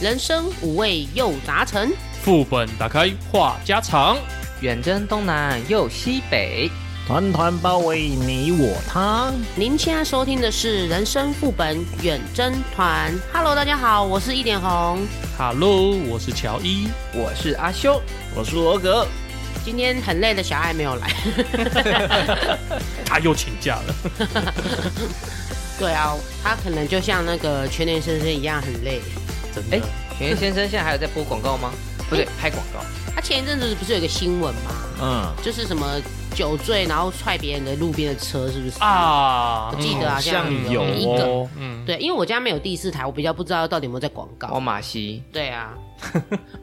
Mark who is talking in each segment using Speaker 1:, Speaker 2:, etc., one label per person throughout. Speaker 1: 人生五味又杂陈。
Speaker 2: 副本打开话家常，
Speaker 3: 远征东南又西北，
Speaker 4: 团团包围你我他。
Speaker 1: 您现在收听的是《人生副本远征团》。Hello，大家好，我是一点红。
Speaker 2: 哈喽，我是乔伊。
Speaker 3: 我是阿修，
Speaker 4: 我是罗格，
Speaker 1: 今天很累的小爱没有来。
Speaker 2: 他又请假了，
Speaker 1: 对啊，他可能就像那个全年先生一样很累。
Speaker 2: 真的
Speaker 3: 哎全员先生现在还有在播广告吗？不对，拍广告。
Speaker 1: 他前一阵子不是有个新闻吗？
Speaker 4: 嗯，
Speaker 1: 就是什么酒醉然后踹别人的路边的车，是不是？
Speaker 2: 啊
Speaker 1: 我记得
Speaker 4: 好
Speaker 1: 啊，
Speaker 4: 像
Speaker 1: 这样
Speaker 4: 有
Speaker 1: 一个。
Speaker 2: 哦，嗯，
Speaker 1: 对，因为我家没有第四台，我比较不知道到底有没有在广告。
Speaker 3: 哦，马西，
Speaker 1: 对 啊，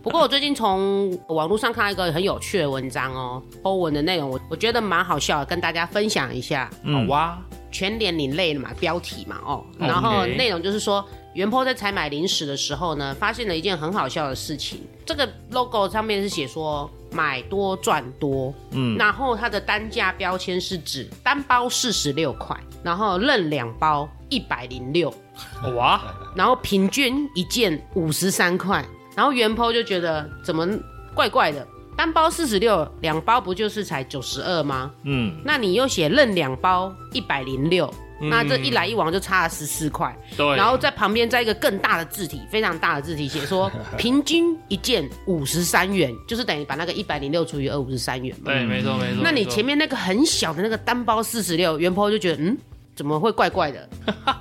Speaker 1: 不过我最近从网络上看到一个很有趣的文章哦，欧文的内容我我觉得蛮好笑的，跟大家分享一下。
Speaker 4: 嗯
Speaker 2: 好哇，
Speaker 1: 全脸你累了嘛，标题嘛哦，然后
Speaker 2: OK
Speaker 1: 内容就是说，袁坡在采买零食的时候呢，发现了一件很好笑的事情。这个 logo 上面是写说买多赚多，嗯，然后它的单价标签是指单包四十六块，然后任两包一百零六，
Speaker 2: 好哇，
Speaker 1: 然后平均一件五十三块，然后原 po 就觉得怎么怪怪的，单包四十六，两包不就是才九十二吗？
Speaker 4: 嗯，
Speaker 1: 那你又写认两包一百零六，那这一来一往就差了十四块，
Speaker 2: 对，
Speaker 1: 然后在旁边再一个更大的字体，非常大的字体写说平均一件五十三元，就是等于把那个一百零六除以二五十三元嘛。
Speaker 2: 对，没错没错。
Speaker 1: 那你
Speaker 2: 没错
Speaker 1: 前面那个很小的那个单包四十六，袁坡就觉得嗯，怎么会怪怪的？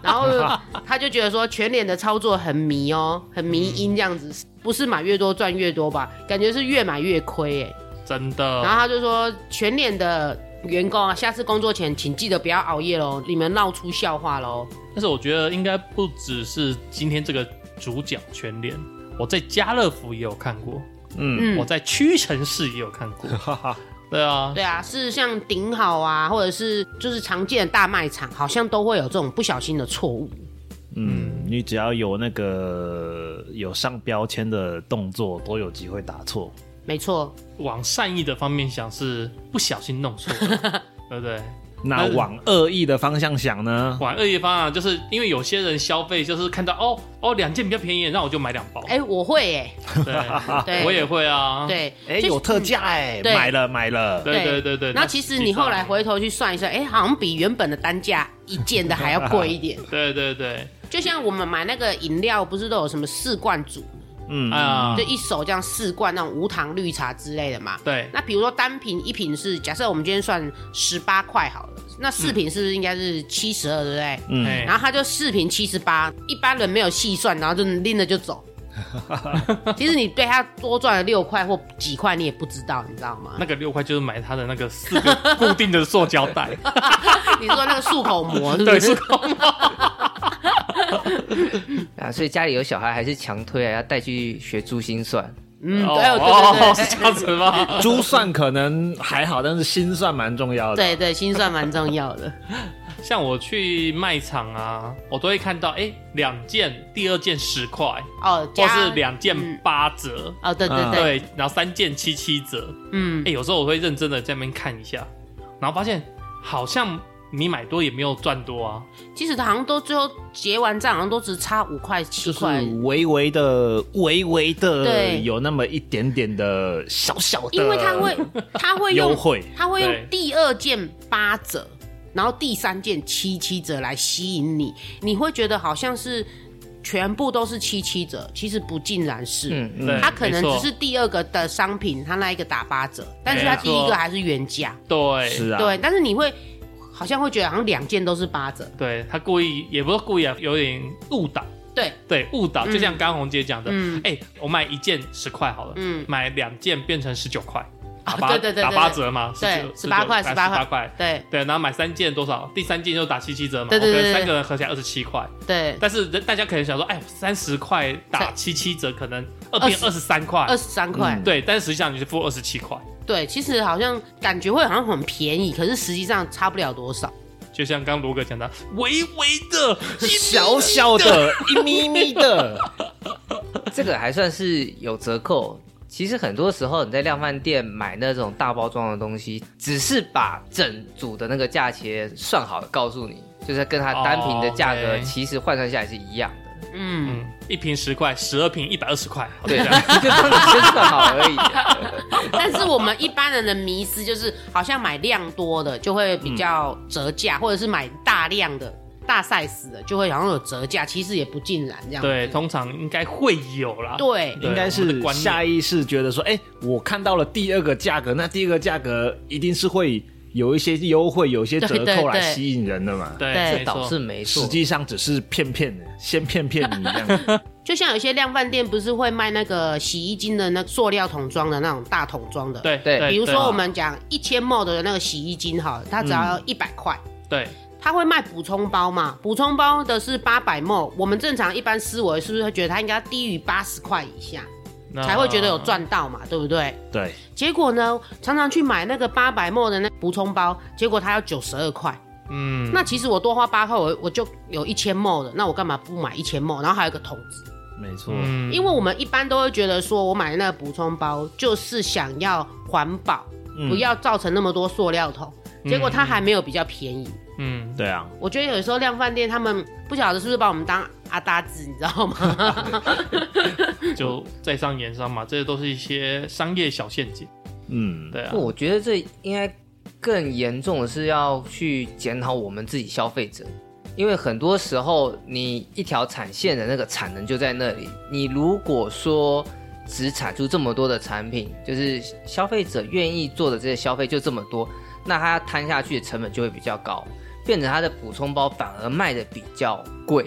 Speaker 1: 然后他就觉得说全脸的操作很迷哦，很迷因这样子，不是买越多赚越多吧？感觉是越买越亏哎。
Speaker 2: 真
Speaker 4: 哦
Speaker 1: 然
Speaker 2: 的
Speaker 1: 后他就说全脸的。员工啊，下次工作前请记得不要熬夜喽，你们闹出笑话喽。
Speaker 2: 但是我觉得应该不只是今天这个主角全脸，我在家乐福也有看过，
Speaker 1: 嗯
Speaker 2: 我，在屈臣氏也有看过，
Speaker 4: 哈哈，
Speaker 2: 对啊，
Speaker 1: 对啊，是像顶好啊，或者是就是常见的大卖场，好像都会有这种不小心的错误。
Speaker 4: 嗯，你只要有那个有上标签的动作，都有机会打错。
Speaker 1: 没错，
Speaker 2: 往善意的方面想是不小心弄错了， 对不对？
Speaker 4: 那往恶意的方向想呢？
Speaker 2: 往恶意方啊，就是因为有些人消费就是看到哦哦两件比较便宜，那我就买两包，
Speaker 1: 哎、我会哎、
Speaker 2: 对，
Speaker 1: 对
Speaker 2: 我也会啊，
Speaker 1: 对，
Speaker 4: 哎、
Speaker 1: 就是
Speaker 4: 有特价哎、
Speaker 1: 对
Speaker 4: 买了买了。
Speaker 2: 对对对对。
Speaker 1: 然后其实你后来，回头去算一算，哎，好像比原本的单价一件的还要贵一点。
Speaker 2: 对对对，
Speaker 1: 就像我们买那个饮料，不是都有什么四罐组，
Speaker 4: 嗯，
Speaker 2: 啊
Speaker 1: 就，一手这样四罐那种无糖绿茶之类的嘛。
Speaker 2: 对，
Speaker 1: 那比如说单瓶一瓶是，假设我们今天算十八块好了，那四瓶是不是应该是七十二，对不对？
Speaker 4: 嗯
Speaker 2: 哎
Speaker 1: 然后他就四瓶七十八，一般人没有细算，然后就拎了就走。其实你对他多赚了六块或几块，你也不知道，你知道吗？
Speaker 2: 那个六块就是买它的那个四 个固定的塑胶袋，
Speaker 1: 你说那个漱口膜是不
Speaker 2: 对，
Speaker 1: 是？
Speaker 2: 是空
Speaker 3: 啊，所以家里有小孩还是强推啊，要带去学珠心算。
Speaker 1: 嗯，
Speaker 2: 哦
Speaker 1: 对对对对
Speaker 2: 哦， 是这样子吗？
Speaker 4: 珠算可能还好，但是心算蛮重要的。
Speaker 1: 对对，心算蛮重要的。
Speaker 2: 像我去卖场啊，我都会看到，哎，两件，第二件十块，
Speaker 1: 哦，
Speaker 2: 或
Speaker 1: 加
Speaker 2: 是两件八折，
Speaker 1: 哦，对对
Speaker 4: 嗯
Speaker 1: 对，
Speaker 2: 对，然后三件七七折，
Speaker 1: 嗯
Speaker 2: 哎、，有时候我会认真的在那边看一下，然后发现好像你买多也没有赚多啊，
Speaker 1: 其实好像都最后结完账，好像都只差五块七
Speaker 4: 就是
Speaker 1: 块。
Speaker 4: 微微的、微微的，
Speaker 1: 对
Speaker 4: 有那么一点点的小小的，
Speaker 1: 因为他 会，他会
Speaker 4: 优
Speaker 1: 用，
Speaker 4: 惠，
Speaker 1: 他会用
Speaker 2: 对
Speaker 1: 第二件八折，然后第三件七七折来吸引你，你会觉得好像是全部都是七七折，其实不尽然是。
Speaker 3: 嗯
Speaker 2: 对，
Speaker 1: 它可能
Speaker 2: 没错
Speaker 1: 只是第二个的商品，它那一个打八折，但是它
Speaker 2: 没
Speaker 1: 第
Speaker 2: 错
Speaker 1: 一个还是原价。
Speaker 2: 对
Speaker 4: 是啊，
Speaker 1: 对，但是你会好像会觉得好像两件都是八折，
Speaker 2: 对他故意也不是故意啊，有点误导，
Speaker 1: 对，
Speaker 2: 对误导，就像刚红姐讲的，哎、
Speaker 1: 嗯
Speaker 2: 我买一件十块好了，
Speaker 1: 嗯
Speaker 2: 买两件变成十九块，打
Speaker 1: 啊
Speaker 2: 八、
Speaker 1: 对对对
Speaker 2: 打
Speaker 1: 对
Speaker 2: 八折嘛，
Speaker 1: 对
Speaker 2: 19
Speaker 1: 18块
Speaker 2: 18
Speaker 1: 18
Speaker 2: 块哎块。
Speaker 1: 对
Speaker 2: 对，然后买三件多少？第三件就打七七折嘛，
Speaker 1: 对对
Speaker 2: 我
Speaker 1: 对对
Speaker 2: 跟三个人合起来二十七块。
Speaker 1: 对，
Speaker 2: 但是人大家可能想说，哎，三十块打
Speaker 1: 才
Speaker 2: 七七折，可能二变二十三块，
Speaker 1: 二十三块，
Speaker 4: 嗯
Speaker 2: 对，但实际上你是付二十七块，
Speaker 1: 对，其实好像感觉会好像很便宜，可是实际上差不了多少。
Speaker 2: 就像刚罗哥讲的，微微的，
Speaker 4: 小小的，一咪咪的，
Speaker 3: 这个还算是有折扣。其实很多时候你在量贩店买那种大包装的东西，只是把整组的那个价钱算好了，告诉你，就是跟它单品的价
Speaker 2: 哦
Speaker 3: 格
Speaker 2: ，OK
Speaker 3: 其实换算下来是一样的。
Speaker 1: 嗯，
Speaker 2: 嗯，一瓶十块，十二瓶一百二十块，好
Speaker 3: 对，
Speaker 2: 像
Speaker 3: 就
Speaker 2: 这样
Speaker 3: 帮你宣传好而已。
Speaker 1: 但是我们一般人的迷思就是，好像买量多的就会比较折价，或者是买大量的、大 size 的就会好像有折价，其实也不尽然这样。
Speaker 2: 对，通常应该会有啦。
Speaker 1: 对
Speaker 2: 对
Speaker 4: 应该
Speaker 2: 我们
Speaker 4: 是
Speaker 2: 的观念
Speaker 4: 下意识觉得说，哎、我看到了第二个价格，那第二个价格一定是会有一些优惠，有一些折
Speaker 1: 对对
Speaker 4: 扣来
Speaker 1: 对
Speaker 4: 吸引人的嘛。
Speaker 2: 对，
Speaker 1: 对
Speaker 2: 没
Speaker 3: 这倒
Speaker 2: 错
Speaker 3: 是没错
Speaker 4: 实，际上只是骗骗的，先骗骗你 这样子。
Speaker 1: 就像有些量贩店不是会卖那个洗衣精的那塑料桶装的那种大桶装的，，
Speaker 2: 对
Speaker 3: 对嗯
Speaker 1: 比如说我们讲一千 ml 的那个洗衣精哈，它只要一百块。
Speaker 2: 对
Speaker 1: 它会卖补充包嘛？补充包的是八百 ml，我们正常一般思维是不是会觉得它应该低于八十块以下
Speaker 3: 啊
Speaker 2: 那
Speaker 1: 才会觉得有赚到嘛？对不对？
Speaker 4: 对，
Speaker 1: 结果呢，常常去买那个八百 ml 的那补充包，结果它要九十二块。
Speaker 2: 嗯，
Speaker 1: 那其实我多花八块，我我就有一千 ml 的，那我干嘛不买一千 ml？然后还有一个桶子，
Speaker 4: 没错。
Speaker 2: 嗯
Speaker 1: 因为我们一般都会觉得说，我买那个补充包就是想要环保，不要造成那么多塑料桶。结果它还没有比较便宜。
Speaker 2: 嗯，
Speaker 4: 对啊，
Speaker 1: 我觉得有时候量贩店他们不晓得是不是把我们当阿达子，你知道吗？
Speaker 2: 就在商言商嘛，这些都是一些商业小陷阱。
Speaker 4: 嗯，
Speaker 2: 对啊
Speaker 3: 不，，我觉得这应该更严重的是要去检讨我们自己消费者，因为很多时候你一条产线的那个产能就在那里，你如果说只产出这么多的产品，就是消费者愿意做的这些消费就这么多，那它摊下去的成本就会比较高，变成它的补充包反而卖的比较贵，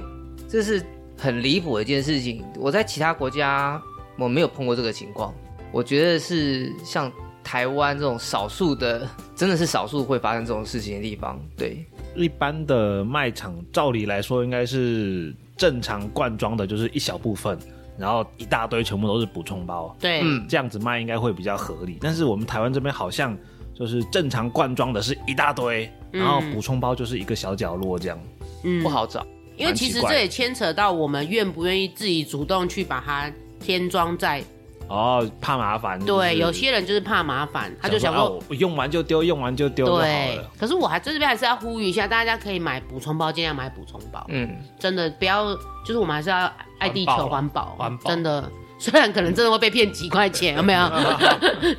Speaker 3: 这是很离谱的一件事情。我在其他国家我没有碰过这个情况，我觉得是像台湾这种少数的，真的是少数会发生这种事情的地方。对，
Speaker 4: 一般的卖场照理来说应该是正常罐装的，就是一小部分，然后一大堆全部都是补充包，
Speaker 1: 对，
Speaker 3: 嗯，
Speaker 4: 这样子卖应该会比较合理。但是我们台湾这边好像就是正常罐装的是一大堆，然后补充包就是一个小角落这样。
Speaker 1: 嗯
Speaker 3: 不，好找。
Speaker 1: 因为其实这也牵扯到我们愿不愿意自己主动去把它添装在。
Speaker 4: 哦，怕麻烦。
Speaker 1: 对，有
Speaker 4: 有
Speaker 1: 些人就是怕麻烦，他
Speaker 4: 他
Speaker 1: 就想
Speaker 4: 说，啊
Speaker 1: 说。
Speaker 4: 我我用完就丢，用完就丢就好
Speaker 1: 对
Speaker 4: 了。，
Speaker 1: 可是我还这边还是要呼吁一下，大家可以买补充包，尽量买补充包，
Speaker 3: 嗯，
Speaker 1: 真的不要，就是我们还是要爱地球，环
Speaker 2: 环
Speaker 1: 保，
Speaker 2: 环保
Speaker 1: 真的。 虽然可能真的会被骗几块 钱，有 没有？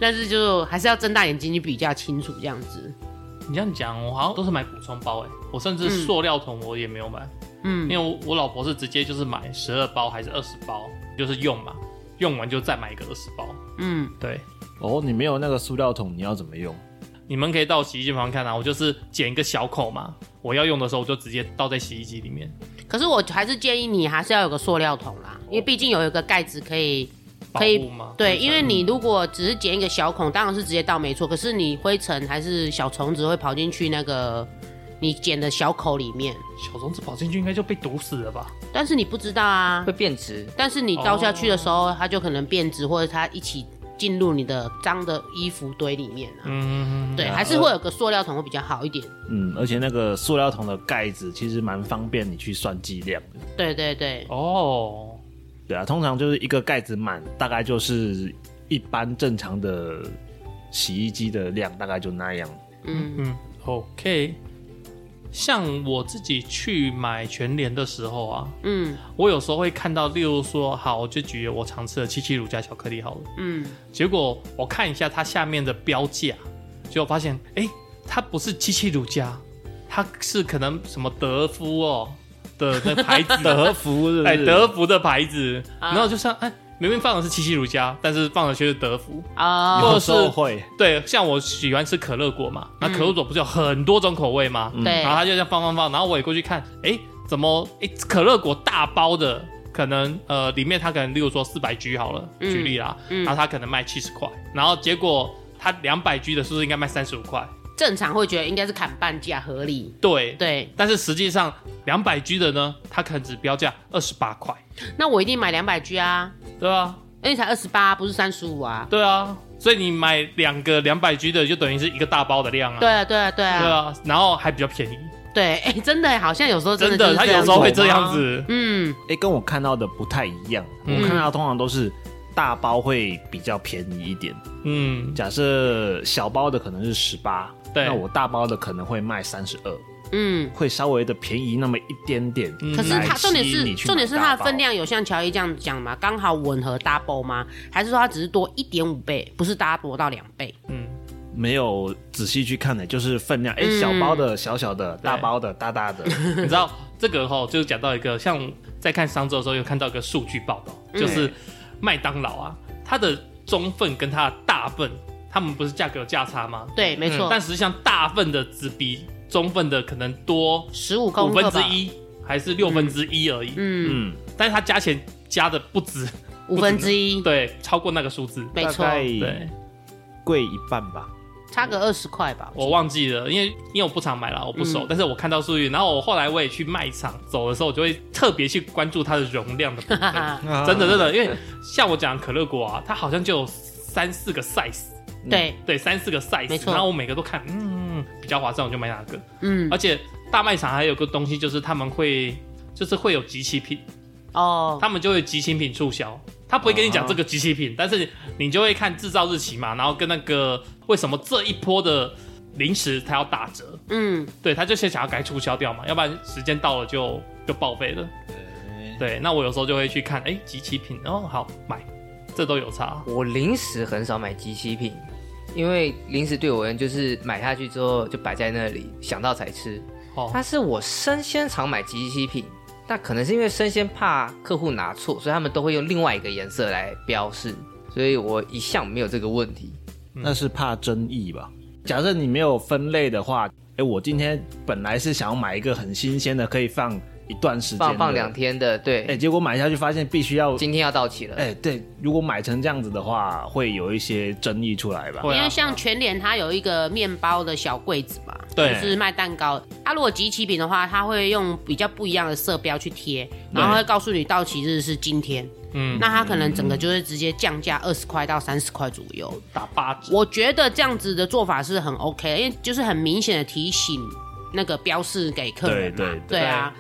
Speaker 1: 但是就还是要睁大眼睛去比较清楚，这样子。
Speaker 2: 你这样讲，我好像都是买补充包哎，我甚至
Speaker 1: 嗯
Speaker 2: 塑料桶我也没有买，
Speaker 1: 嗯
Speaker 2: 因为我我老婆是直接就是买十二包还是二十包，就是用嘛，用完就再买一个二十包。
Speaker 1: 嗯，
Speaker 2: 对，
Speaker 4: 哦，你没有那个塑料桶，你要怎么用？
Speaker 2: 你们可以到洗衣机旁看啊，我就是剪一个小口嘛，我要用的时候我就直接倒在洗衣机里面。
Speaker 1: 可是我还是建议你还是要有个塑料桶啦，因为毕竟有一个盖子可以可以
Speaker 2: 保护吗
Speaker 1: 对，
Speaker 2: 灰尘
Speaker 1: 因为你如果只是剪一个小孔，当然是直接倒没错。可是你灰尘还是小虫子会跑进去那个你剪的小口里面，
Speaker 2: 小虫子跑进去应该就被毒死了吧？
Speaker 1: 但是你不知道啊
Speaker 3: 会。变质。
Speaker 1: 但是你倒下去的时候，
Speaker 2: 哦
Speaker 1: 它就可能变质，或者它一起进入你的脏的衣服堆里面啊。
Speaker 2: 嗯，
Speaker 1: 对，还是会有个塑料桶会比较好一点。
Speaker 4: 嗯，而且那个塑料桶的盖子其实蛮方便你去算剂量的。
Speaker 1: 对对对，
Speaker 2: 哦，
Speaker 4: 对啊，通常就是一个盖子满，大概就是一般正常的洗衣机的量，大概就那样。
Speaker 1: 嗯
Speaker 2: 嗯，OK。像我自己去买全联的时候啊，
Speaker 1: 嗯
Speaker 2: 我有时候会看到，例如说，好，我就举我常吃的七七乳加巧克力好了。
Speaker 1: 嗯，
Speaker 2: 结果我看一下它下面的标价，结果发现，哎，它不是七七乳加，它是可能什么德芙哦的那牌 子
Speaker 4: 德芙是不是？
Speaker 2: 哎，德芙的牌子，
Speaker 1: 啊
Speaker 2: 然后就像哎，明明放的是七七乳加，但是放的却是德芙。
Speaker 1: 啊、
Speaker 4: 有时候会，
Speaker 2: 对，像我喜欢吃可乐果嘛，那可乐果不是有很多种口味吗？
Speaker 1: 嗯对
Speaker 2: 然后他就这样放放放，然后我也过去看，哎，怎么哎可乐果大包的，可能呃里面它可能例如说四百 G 好了，
Speaker 1: 嗯
Speaker 2: 举例啦，
Speaker 1: 嗯
Speaker 2: 然后它可能卖七十块，然后结果它两百 G 的是不是应该卖三十五块？
Speaker 1: 正常会觉得应该是砍半价合理。
Speaker 2: 对，
Speaker 1: 对，
Speaker 2: 但是实际上两百 G 的呢，它可能只标价二十八块，
Speaker 1: 那我一定买两百 G 啊，
Speaker 2: 对啊，
Speaker 1: 因为才二十八，不是三十五啊。
Speaker 2: 对啊，所以你买两个两百 G 的就等于是一个大包的量啊，
Speaker 1: 对啊，对啊，对
Speaker 2: 对
Speaker 1: 啊，
Speaker 2: 啊，然后还比较便宜，
Speaker 1: 对，哎，真的好像有时候真
Speaker 2: 真
Speaker 1: 的就是
Speaker 2: 的，它
Speaker 1: 这样
Speaker 2: 有时候会这样
Speaker 1: 子，
Speaker 2: 子。
Speaker 1: 嗯，
Speaker 4: 哎、跟我看到的不太一样。
Speaker 2: 嗯
Speaker 4: 我看到通常都是大包会比较便宜一点，
Speaker 2: 嗯，
Speaker 4: 假设小包的可能是十八，
Speaker 2: 对
Speaker 4: 那我大包的可能会卖三十二。
Speaker 1: 嗯，
Speaker 4: 会稍微的便宜那么一点点。
Speaker 2: 嗯
Speaker 1: 可是它
Speaker 4: 嗯来
Speaker 1: 重点
Speaker 4: 吸引
Speaker 1: 是
Speaker 4: 你去
Speaker 1: 重点
Speaker 4: 买
Speaker 1: 是
Speaker 4: 大
Speaker 1: 它的
Speaker 4: 包
Speaker 1: 分量有像乔伊这样讲吗？刚好吻合 double 吗？还是说它只是多一点五倍，不是 double 到两倍？
Speaker 4: 没有仔细去看呢、就是分量，哎、
Speaker 1: 嗯
Speaker 4: 小包的、小小的、大包的、大大的，
Speaker 2: 你知道这个哈、就是讲到一个像在看商周的时候，有看到一个数据报道，就是麦当劳啊，它的中份跟它的大份，他们不是价格有价差吗？
Speaker 1: 对，没错，
Speaker 2: 但实际上大份的只比中份的可能多
Speaker 1: 十五
Speaker 2: 五
Speaker 1: 公克
Speaker 2: 分之
Speaker 1: 吧，
Speaker 2: 一还是六分之一而已，
Speaker 1: 嗯，
Speaker 4: 嗯，
Speaker 2: 但是它加钱加的不止，
Speaker 1: 五分之一，
Speaker 2: 对，超过那个数字。
Speaker 1: 没
Speaker 4: 大
Speaker 1: 错，
Speaker 4: 概
Speaker 2: 对，
Speaker 4: 贵一半吧。
Speaker 1: 差个二十块吧。
Speaker 2: 我忘记了，因为因为我不常买啦，我不熟，
Speaker 1: 嗯
Speaker 2: 但是我看到数据，然后我后来我也去卖场走的时候，我就会特别去关注它的容量的部分。 真的真的，因为像我讲可乐果啊，它好像就有三四个 size，
Speaker 1: 对，
Speaker 2: 对，三四个 size，
Speaker 1: 没错
Speaker 2: 然后我每个都看，嗯，比较划算，我就买哪个。
Speaker 1: 嗯，
Speaker 2: 而且大卖场还有个东西，就是他们会就是会有集齐品，
Speaker 1: 哦，
Speaker 2: 他们就会集齐品促销。他不会跟你讲
Speaker 4: 啊
Speaker 2: 这个集齐品，但是你就会看制造日期嘛，然后跟那个为什么这一波的零食它要打折，
Speaker 1: 嗯，
Speaker 2: 对，他就是想要赶快促销掉嘛，要不然时间到了就就报废了。对，那我有时候就会去看，哎、集齐品，哦，好买，这都有差。
Speaker 3: 我零食很少买即期品，因为零食对我而言就是买下去之后就摆在那里，想到才吃。
Speaker 2: 哦，
Speaker 3: 但是我生鲜常买即期品，那可能是因为生鲜怕客户拿错，所以他们都会用另外一个颜色来标示，所以我一向没有这个问题。
Speaker 4: 那是怕争议吧？假设你没有分类的话，哎、我今天本来是想要买一个很新鲜的，可以放一段时间，
Speaker 3: 放放两，天的，对，
Speaker 4: 哎、结果买下去发现必须要，
Speaker 3: 今天要到期了。
Speaker 4: 哎、对，如果买成这样子的话，会有一些争议出来吧？
Speaker 2: 会
Speaker 1: 因
Speaker 2: 啊
Speaker 1: 为，像全联它有一个面包的小柜子嘛，
Speaker 2: 对
Speaker 1: 就是卖蛋糕。它、如果集齐品的话，它会用比较不一样的色标去贴，然后会告诉你到期日是今天。
Speaker 2: 嗯，
Speaker 1: 那它可能整个就是直接降价二十块到三十块左右。
Speaker 2: 打八折。
Speaker 1: 我觉得这样子的做法是很 OK 的，因为就是很明显的提醒那个标示给客人嘛。
Speaker 4: 对对
Speaker 1: 对啊，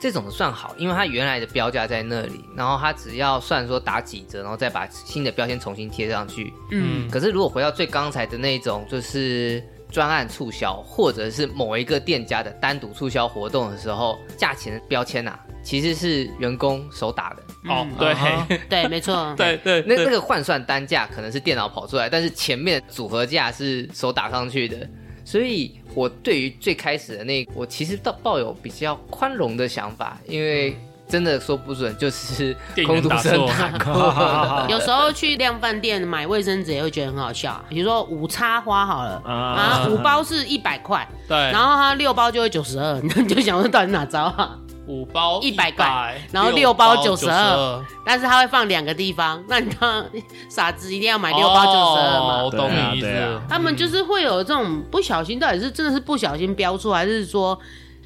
Speaker 3: 这种算好，因为它原来的标价在那里，然后它只要算说打几折，然后再把新的标签重新贴上去。
Speaker 1: 嗯，
Speaker 3: 可是如果回到最刚才的那种，就是专案促销，或者是某一个店家的单独促销活动的时候，价钱的标签啊，其实是员工手打的。
Speaker 2: 哦，对，。
Speaker 4: 啊
Speaker 1: 对，没错
Speaker 2: 对对
Speaker 3: 那那
Speaker 2: 对，
Speaker 3: 个换算单价可能是电脑跑出来，但是前面组合价是手打上去的，所以我对于最开始的那，我其实抱抱有比较宽容的想法，因为真的说不准就是
Speaker 2: 店
Speaker 3: 空
Speaker 2: 员
Speaker 3: 读
Speaker 2: 打
Speaker 3: 生
Speaker 2: 错，
Speaker 3: 打
Speaker 1: 有时候去量贩店买卫生纸也会觉得很好笑啊，比如说五插花好了，啊，五包是一百块，
Speaker 2: 对
Speaker 1: 然，后它六包就会九十二， 你就想说到底哪招啊？
Speaker 2: 五包
Speaker 1: 100
Speaker 2: 100
Speaker 1: 块然后六包
Speaker 2: 包
Speaker 1: 92，但是它会放两个地方，那你当然傻子一定要买六包九十二嘛。
Speaker 2: 哦我懂你意
Speaker 4: 对
Speaker 2: 思
Speaker 4: 啊。
Speaker 1: 他们就是会有这种不小心，到底是真的是不小心标出，还是说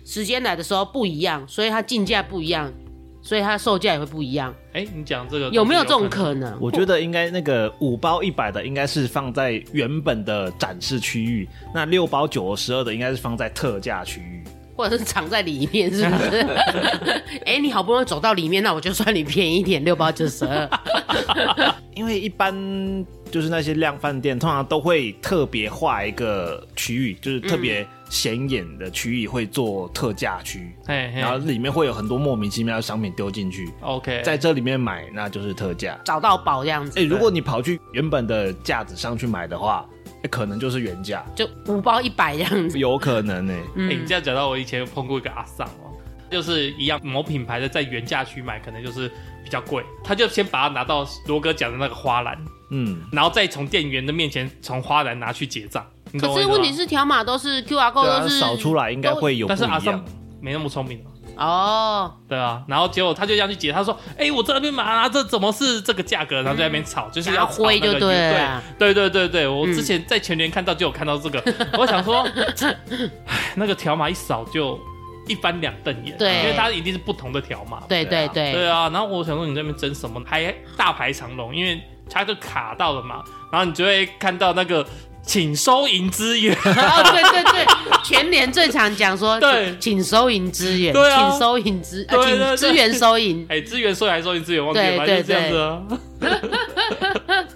Speaker 1: 时间来的时候不一样，所以它进价不一样，所以它售价也会不一样，
Speaker 2: 哎，你讲这个
Speaker 1: 有没有这种
Speaker 2: 能？
Speaker 1: 可能？
Speaker 4: 我觉得应该那个五包一百的应该是放在原本的展示区域，那六包九十二的应该是放在特价区域。
Speaker 1: 或者是藏在里面，是不 是？哎、你好不容易走到里面，那我就算你便宜一点，六包九十二。
Speaker 4: 因为一般就是那些量贩店，通常都会特别画一个区域，就是特别显眼的区域会做特价区，
Speaker 2: 嘿嘿
Speaker 4: 然后里面会有很多莫名其妙的商品丢进去，
Speaker 2: ，OK，
Speaker 4: 在这里面买那就是特价。
Speaker 1: 找到宝这样子
Speaker 4: 哎、，如果你跑去原本的架子上去买的话，哎可能就是原价，
Speaker 1: 就五包一百这样子。
Speaker 4: 有可能呢、
Speaker 1: 嗯
Speaker 2: 哎，你这样讲到我以前有碰过一个阿桑哦，就是一样某品牌的在原价区买，可能就是比较贵，他就先把它拿到罗哥讲的那个花篮，
Speaker 4: 嗯，
Speaker 2: 然后再从店员的面前从花篮拿去结账。你懂
Speaker 1: 可
Speaker 2: 我意
Speaker 1: 是
Speaker 2: 思吗
Speaker 1: 问题是条码都是 QR
Speaker 4: 对
Speaker 1: code
Speaker 4: 啊
Speaker 1: 都，是
Speaker 4: 少出来应该会有不
Speaker 2: 但
Speaker 4: 一
Speaker 2: 是阿桑
Speaker 4: 样。
Speaker 2: 没那么聪明啊
Speaker 1: 哦，
Speaker 2: 对啊，然后结果他就这样去解，他说：“哎、我这边买啊，这怎么是这个价格？”然后就在那边吵，就是要吵那
Speaker 1: 想要
Speaker 2: 个
Speaker 1: 挥就对了
Speaker 2: 对对对对，我之前在全年看到就有看到这个，我想说，
Speaker 1: 嗯
Speaker 2: 唉那个条码一扫就一翻两瞪眼，
Speaker 1: 对
Speaker 2: 因为它一定是不同的条码，
Speaker 1: 对对
Speaker 4: 对啊
Speaker 1: 对，
Speaker 2: 对啊。然后我想说你在那边争什么，还大排长龙，因为它就卡到了嘛，然后你就会看到那个请收银资源，
Speaker 1: 哦对对对，全联最常讲说，
Speaker 2: 对
Speaker 1: 请请收银支援，
Speaker 2: 对啊
Speaker 1: 请收银支，
Speaker 2: 对
Speaker 1: 呃，
Speaker 2: 对
Speaker 1: 请
Speaker 2: 对
Speaker 1: 支援收银，
Speaker 2: 哎、资源收还是收银资源忘记了，
Speaker 1: 对
Speaker 2: 反
Speaker 1: 对
Speaker 2: 正就这样子啊。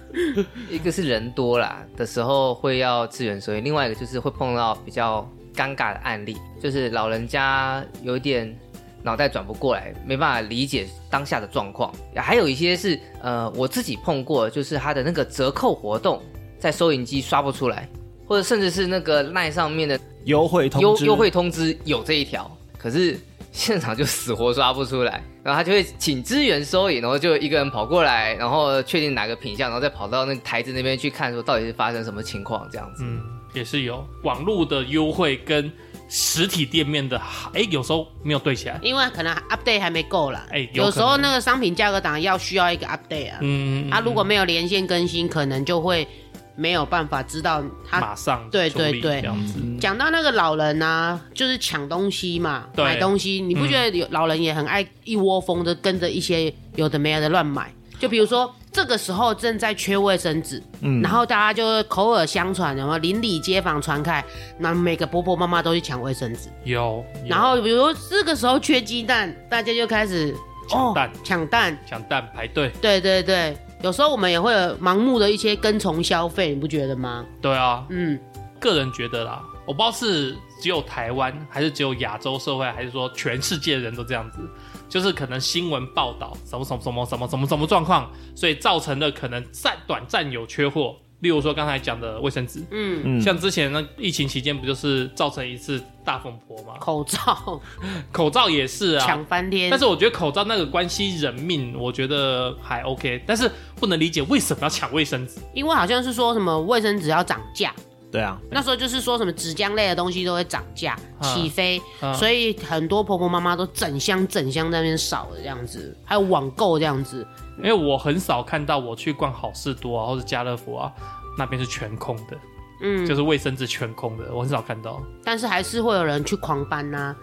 Speaker 3: 一个是人多啦的时候会要支援收银，另外一个就是会碰到比较尴尬的案例，就是老人家有点脑袋转不过来，没办法理解当下的状况。还有一些是呃我自己碰过，就是他的那个折扣活动在收银机刷不出来，或者甚至是那个 LINE 上面的
Speaker 4: 优惠通
Speaker 3: 优
Speaker 4: 知
Speaker 3: 优惠通知有这一条，可是现场就死活刷不出来， 然后他就会请支援收银，然后就一个人跑过来，然后确定哪个品相，然后再跑到那台子那边去看，说到底是发生什么情况这样子。
Speaker 2: 嗯，也是有网络的优惠跟实体店面的，哎、有时候没有对起来。
Speaker 1: 因为可能 update 还没够啦。
Speaker 2: 哎有
Speaker 1: 有时候
Speaker 2: 可能
Speaker 1: 那个商品价格档要需要一个 update 啊，
Speaker 2: 嗯，
Speaker 1: 啊，如果没有连线更新，可能就会没有办法知道他
Speaker 2: 马上
Speaker 1: 啊对
Speaker 2: 处
Speaker 1: 对
Speaker 2: 理
Speaker 1: 对
Speaker 2: 这样子，
Speaker 1: 讲到那个老人啊，就是抢东西嘛，
Speaker 2: 对
Speaker 1: 买东西，你不觉得有老人也很爱一窝蜂的跟着一些有的没有的乱买？就比如说这个时候正在缺卫生纸，
Speaker 2: 嗯
Speaker 1: 然后大家就口耳相传，然后邻里街坊传开，那每个婆婆妈妈都去抢卫生纸，
Speaker 2: 有，有
Speaker 1: 然后比如说这个时候缺鸡蛋，大家就开始
Speaker 2: 抢蛋
Speaker 1: 哦、抢蛋，
Speaker 2: 抢蛋排队，
Speaker 1: 对对对，有时候我们也会有盲目的一些跟从消费，你不觉得吗？
Speaker 2: 对啊，
Speaker 1: 嗯，
Speaker 2: 个人觉得啦，我不知道是只有台湾，还是只有亚洲社会，还是说全世界人都这样子，就是可能新闻报道什么什么什么什么什么什么状况，所以造成了可能暂短暂有缺货，例如说刚才讲的卫生纸，
Speaker 1: 嗯，
Speaker 4: 嗯
Speaker 2: 像之前呢疫情期间不就是造成一次大风波吗？
Speaker 1: 口罩
Speaker 2: 口罩也是啊，
Speaker 1: 抢翻天，
Speaker 2: 但是我觉得口罩那个关系人命，我觉得还 OK，但是不能理解为什么要抢卫生纸。
Speaker 1: 因为好像是说什么卫生纸要涨价，
Speaker 2: 嗯
Speaker 4: 对啊，
Speaker 1: 那时候就是说什么纸浆类的东西都会涨价
Speaker 2: 啊
Speaker 1: 起飞，
Speaker 2: 啊
Speaker 1: 所以很多婆婆妈妈都整箱整箱在那边扫的这样子，还有网购这样子，
Speaker 2: 因为我很少看到我去逛好事多啊，或者家乐福啊，那边是全空的，
Speaker 1: 嗯，
Speaker 2: 就是卫生纸全空的，我很少看到。
Speaker 1: 但是还是会有人去狂搬呐、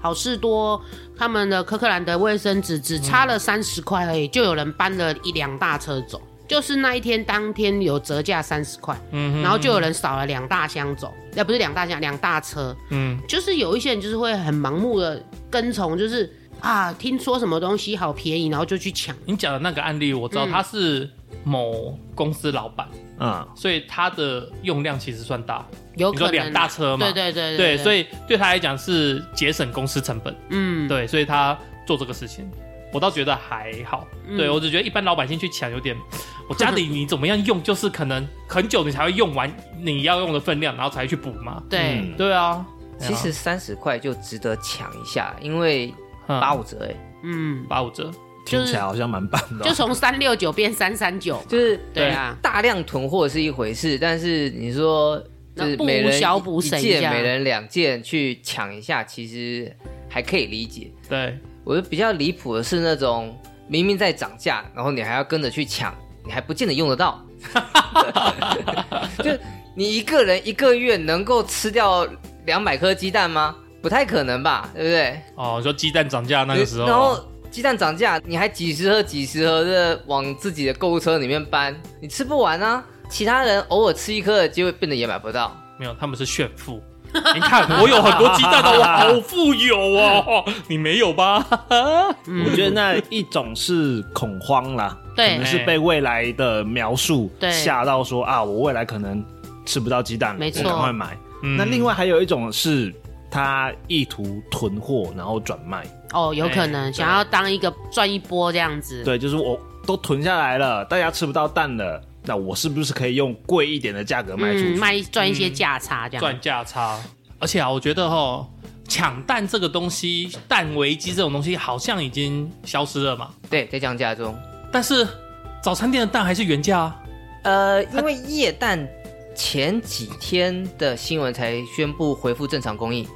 Speaker 1: 好事多他们的科克兰的卫生纸只差
Speaker 2: 嗯
Speaker 1: 了三十块而已，就有人搬了一两大车走。就是那一天当天有折价三十块，
Speaker 2: 嗯
Speaker 1: 然后就有人少了两大箱走，那、不是两大箱，两大车。
Speaker 2: 嗯，
Speaker 1: 就是有一些人就是会很盲目的跟从，就是啊，听说什么东西好便宜，然后就去抢。
Speaker 2: 你讲的那个案例，我知道他是某公司老板，
Speaker 4: 嗯，
Speaker 2: 所以他的用量其实算大，
Speaker 1: 有
Speaker 2: 你
Speaker 1: 可
Speaker 2: 说
Speaker 1: 能啊
Speaker 2: 两大车嘛
Speaker 1: 对对对
Speaker 2: 对，所
Speaker 1: 以
Speaker 2: 以对他来讲是节省公司成本。
Speaker 1: 嗯，
Speaker 2: 对，所以他做这个事情，我倒觉得还好。对我只觉得一般老百姓去抢有点，我家里你怎么样用，就是可能很久你才会用完你要用的分量，然后才去补嘛。
Speaker 1: 对，
Speaker 4: 嗯
Speaker 2: 对啊，
Speaker 3: 其实三十块就值得抢一下，因为八
Speaker 2: 八五
Speaker 3: 五折哎、
Speaker 1: 嗯，
Speaker 2: 嗯八五折，
Speaker 1: 就
Speaker 4: 听
Speaker 1: 是
Speaker 4: 起来好像蛮棒的哦，
Speaker 1: 就从三六九变三三九，
Speaker 3: 就是
Speaker 1: 对啊，
Speaker 3: 大量囤货是一回事，但是你说就是
Speaker 1: 那不
Speaker 3: 每
Speaker 1: 无
Speaker 3: 人
Speaker 1: 小补
Speaker 3: 一
Speaker 1: 省一
Speaker 3: 件，
Speaker 1: 下
Speaker 3: 每人两件去抢一下，其实还可以理解。
Speaker 2: 对，
Speaker 3: 我觉得比较离谱的是那种明明在涨价，然后你还要跟着去抢，你还不见得用得到。 就你一个人一个月能够吃掉两百颗鸡蛋吗？不太可能吧，对不对？
Speaker 2: 哦，你说鸡蛋涨价那个时候，
Speaker 3: 然后鸡蛋涨价，你还几十盒几十盒的往自己的购物车里面搬，你吃不完啊。其他人偶尔吃一颗，结果变得也买不到。
Speaker 2: 没有，他们是炫富。 你看，我有很多鸡蛋的，我好富有哦！你没有 吧？
Speaker 4: 我觉得那一种是恐慌啦，
Speaker 1: 嗯对
Speaker 4: 可能是被未来的描述
Speaker 1: 对
Speaker 4: 吓到说，啊，我未来可能吃不到鸡蛋了，
Speaker 1: 没错
Speaker 4: 我赶快买。
Speaker 2: 嗯
Speaker 4: 那另外还有一种是他意图囤货，然后转卖，
Speaker 1: 哦，有可能、
Speaker 2: 哎
Speaker 1: 想要当一个赚一波这样子，
Speaker 4: 对，就是我都囤下来了，大家吃不到蛋了，那我是不是可以用贵一点的价格卖出去？
Speaker 1: 嗯，卖赚一些价差这样，
Speaker 2: 赚价差。而且啊，我觉得哈，抢蛋这个东西，蛋危机这种东西好像已经消失了嘛。
Speaker 3: 对，在降价中，
Speaker 2: 但是早餐店的蛋还是原价啊。
Speaker 3: 呃，因为液蛋前几天的新闻才宣布恢复正常供应，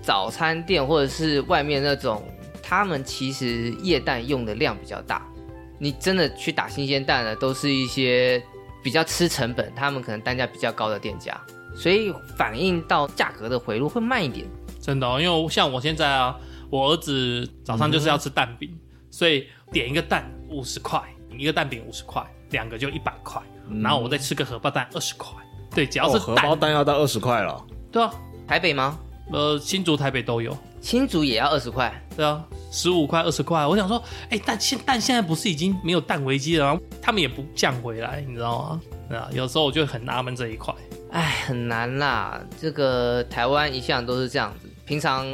Speaker 3: 早餐店或者是外面那种，他们其实液蛋用的量比较大。你真的去打新鲜蛋的，都是一些比较吃成本，他们可能单价比较高的店家，所以反映到价格的回落会慢一点。
Speaker 2: 真的、哦，因为像我现在啊，我儿子早上就是要吃蛋饼，所以点一个蛋五十块，一个蛋饼五十块，两个就一百块，然后我再吃个荷包蛋二十块。对，只要
Speaker 4: 哦，
Speaker 2: 是
Speaker 4: 荷
Speaker 2: 蛋，
Speaker 4: 包蛋要到二十块了，
Speaker 2: 对啊，
Speaker 3: 台北吗？
Speaker 2: 呃，新竹、台北都有，
Speaker 3: 新竹也要二十块，
Speaker 2: 对啊，十五块、二十块。我想说，哎、蛋现蛋现在不是已经没有蛋危机了吗？他们也不降回来，你知道吗？对啊，有时候我就很纳闷这一块。
Speaker 3: 哎，很难啦。这个台湾一向都是这样子，平常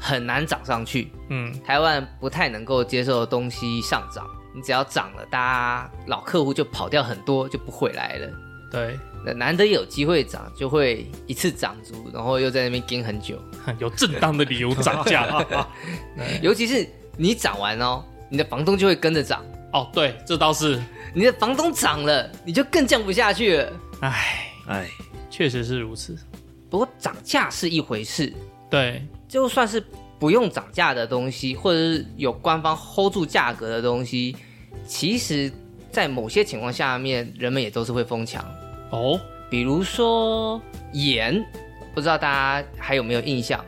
Speaker 3: 很难涨上去。
Speaker 2: 嗯，
Speaker 3: 台湾不太能够接受东西上涨，你只要涨了，大家老客户就跑掉很多，就不回来了。
Speaker 2: 对，
Speaker 3: 那难得有机会涨，就会一次涨足，然后又在那边盯很久。
Speaker 2: 有正当的理由涨价。
Speaker 3: 尤其是你涨完哦，你的房东就会跟着涨，
Speaker 2: 哦，对，这倒是，
Speaker 3: 你的房东涨了，你就更降不下去了。
Speaker 2: 唉，
Speaker 4: 哎，
Speaker 2: 确实是如此。
Speaker 3: 不过涨价是一回事，
Speaker 2: 对，
Speaker 3: 就算是不用涨价的东西，或者是有官方 hold 住价格的东西，其实，在某些情况下面，人们也都是会疯抢。
Speaker 2: 哦，
Speaker 3: 比如说盐，不知道大家还有没有印象？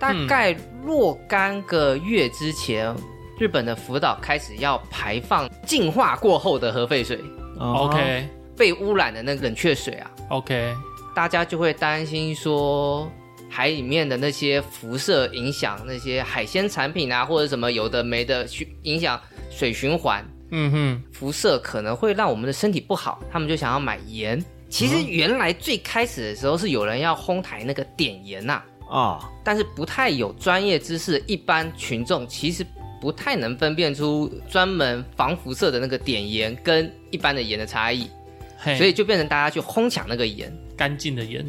Speaker 3: 大概若干个月之前，日本的福岛开始要排放净化过后的核废水，
Speaker 2: 啊
Speaker 4: 哦
Speaker 2: OK
Speaker 3: 被污染的那个冷却水啊，
Speaker 2: OK，
Speaker 3: 大家就会担心说海里面的那些辐射影响那些海鲜产品啊，或者什么有的没的去影响水循环，
Speaker 2: 嗯哼，
Speaker 3: 辐射可能会让我们的身体不好，他们就想要买盐。其实原来最开始的时候是有人要哄抬那个碘盐呐、
Speaker 4: 啊，
Speaker 3: 但是不太有专业知识，一般群众其实不太能分辨出专门防辐射的那个碘盐跟一般的盐的差异，
Speaker 2: 嘿，
Speaker 3: 所以就变成大家去哄抢那个盐。
Speaker 2: 干净的盐，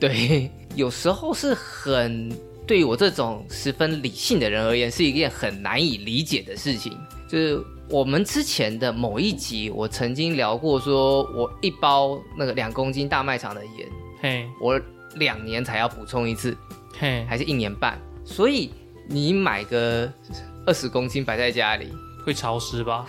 Speaker 3: 对， 有时候是很对于我这种十分理性的人而言，是一件很难以理解的事情。就是我们之前的某一集，我曾经聊过，说我一包那个两公斤大卖场的盐，
Speaker 2: 嘿，
Speaker 3: 我两年才要补充一次，
Speaker 2: 嘿，
Speaker 3: 还是一年半。所以你买个二十公斤摆在家里，
Speaker 2: 会潮湿吧？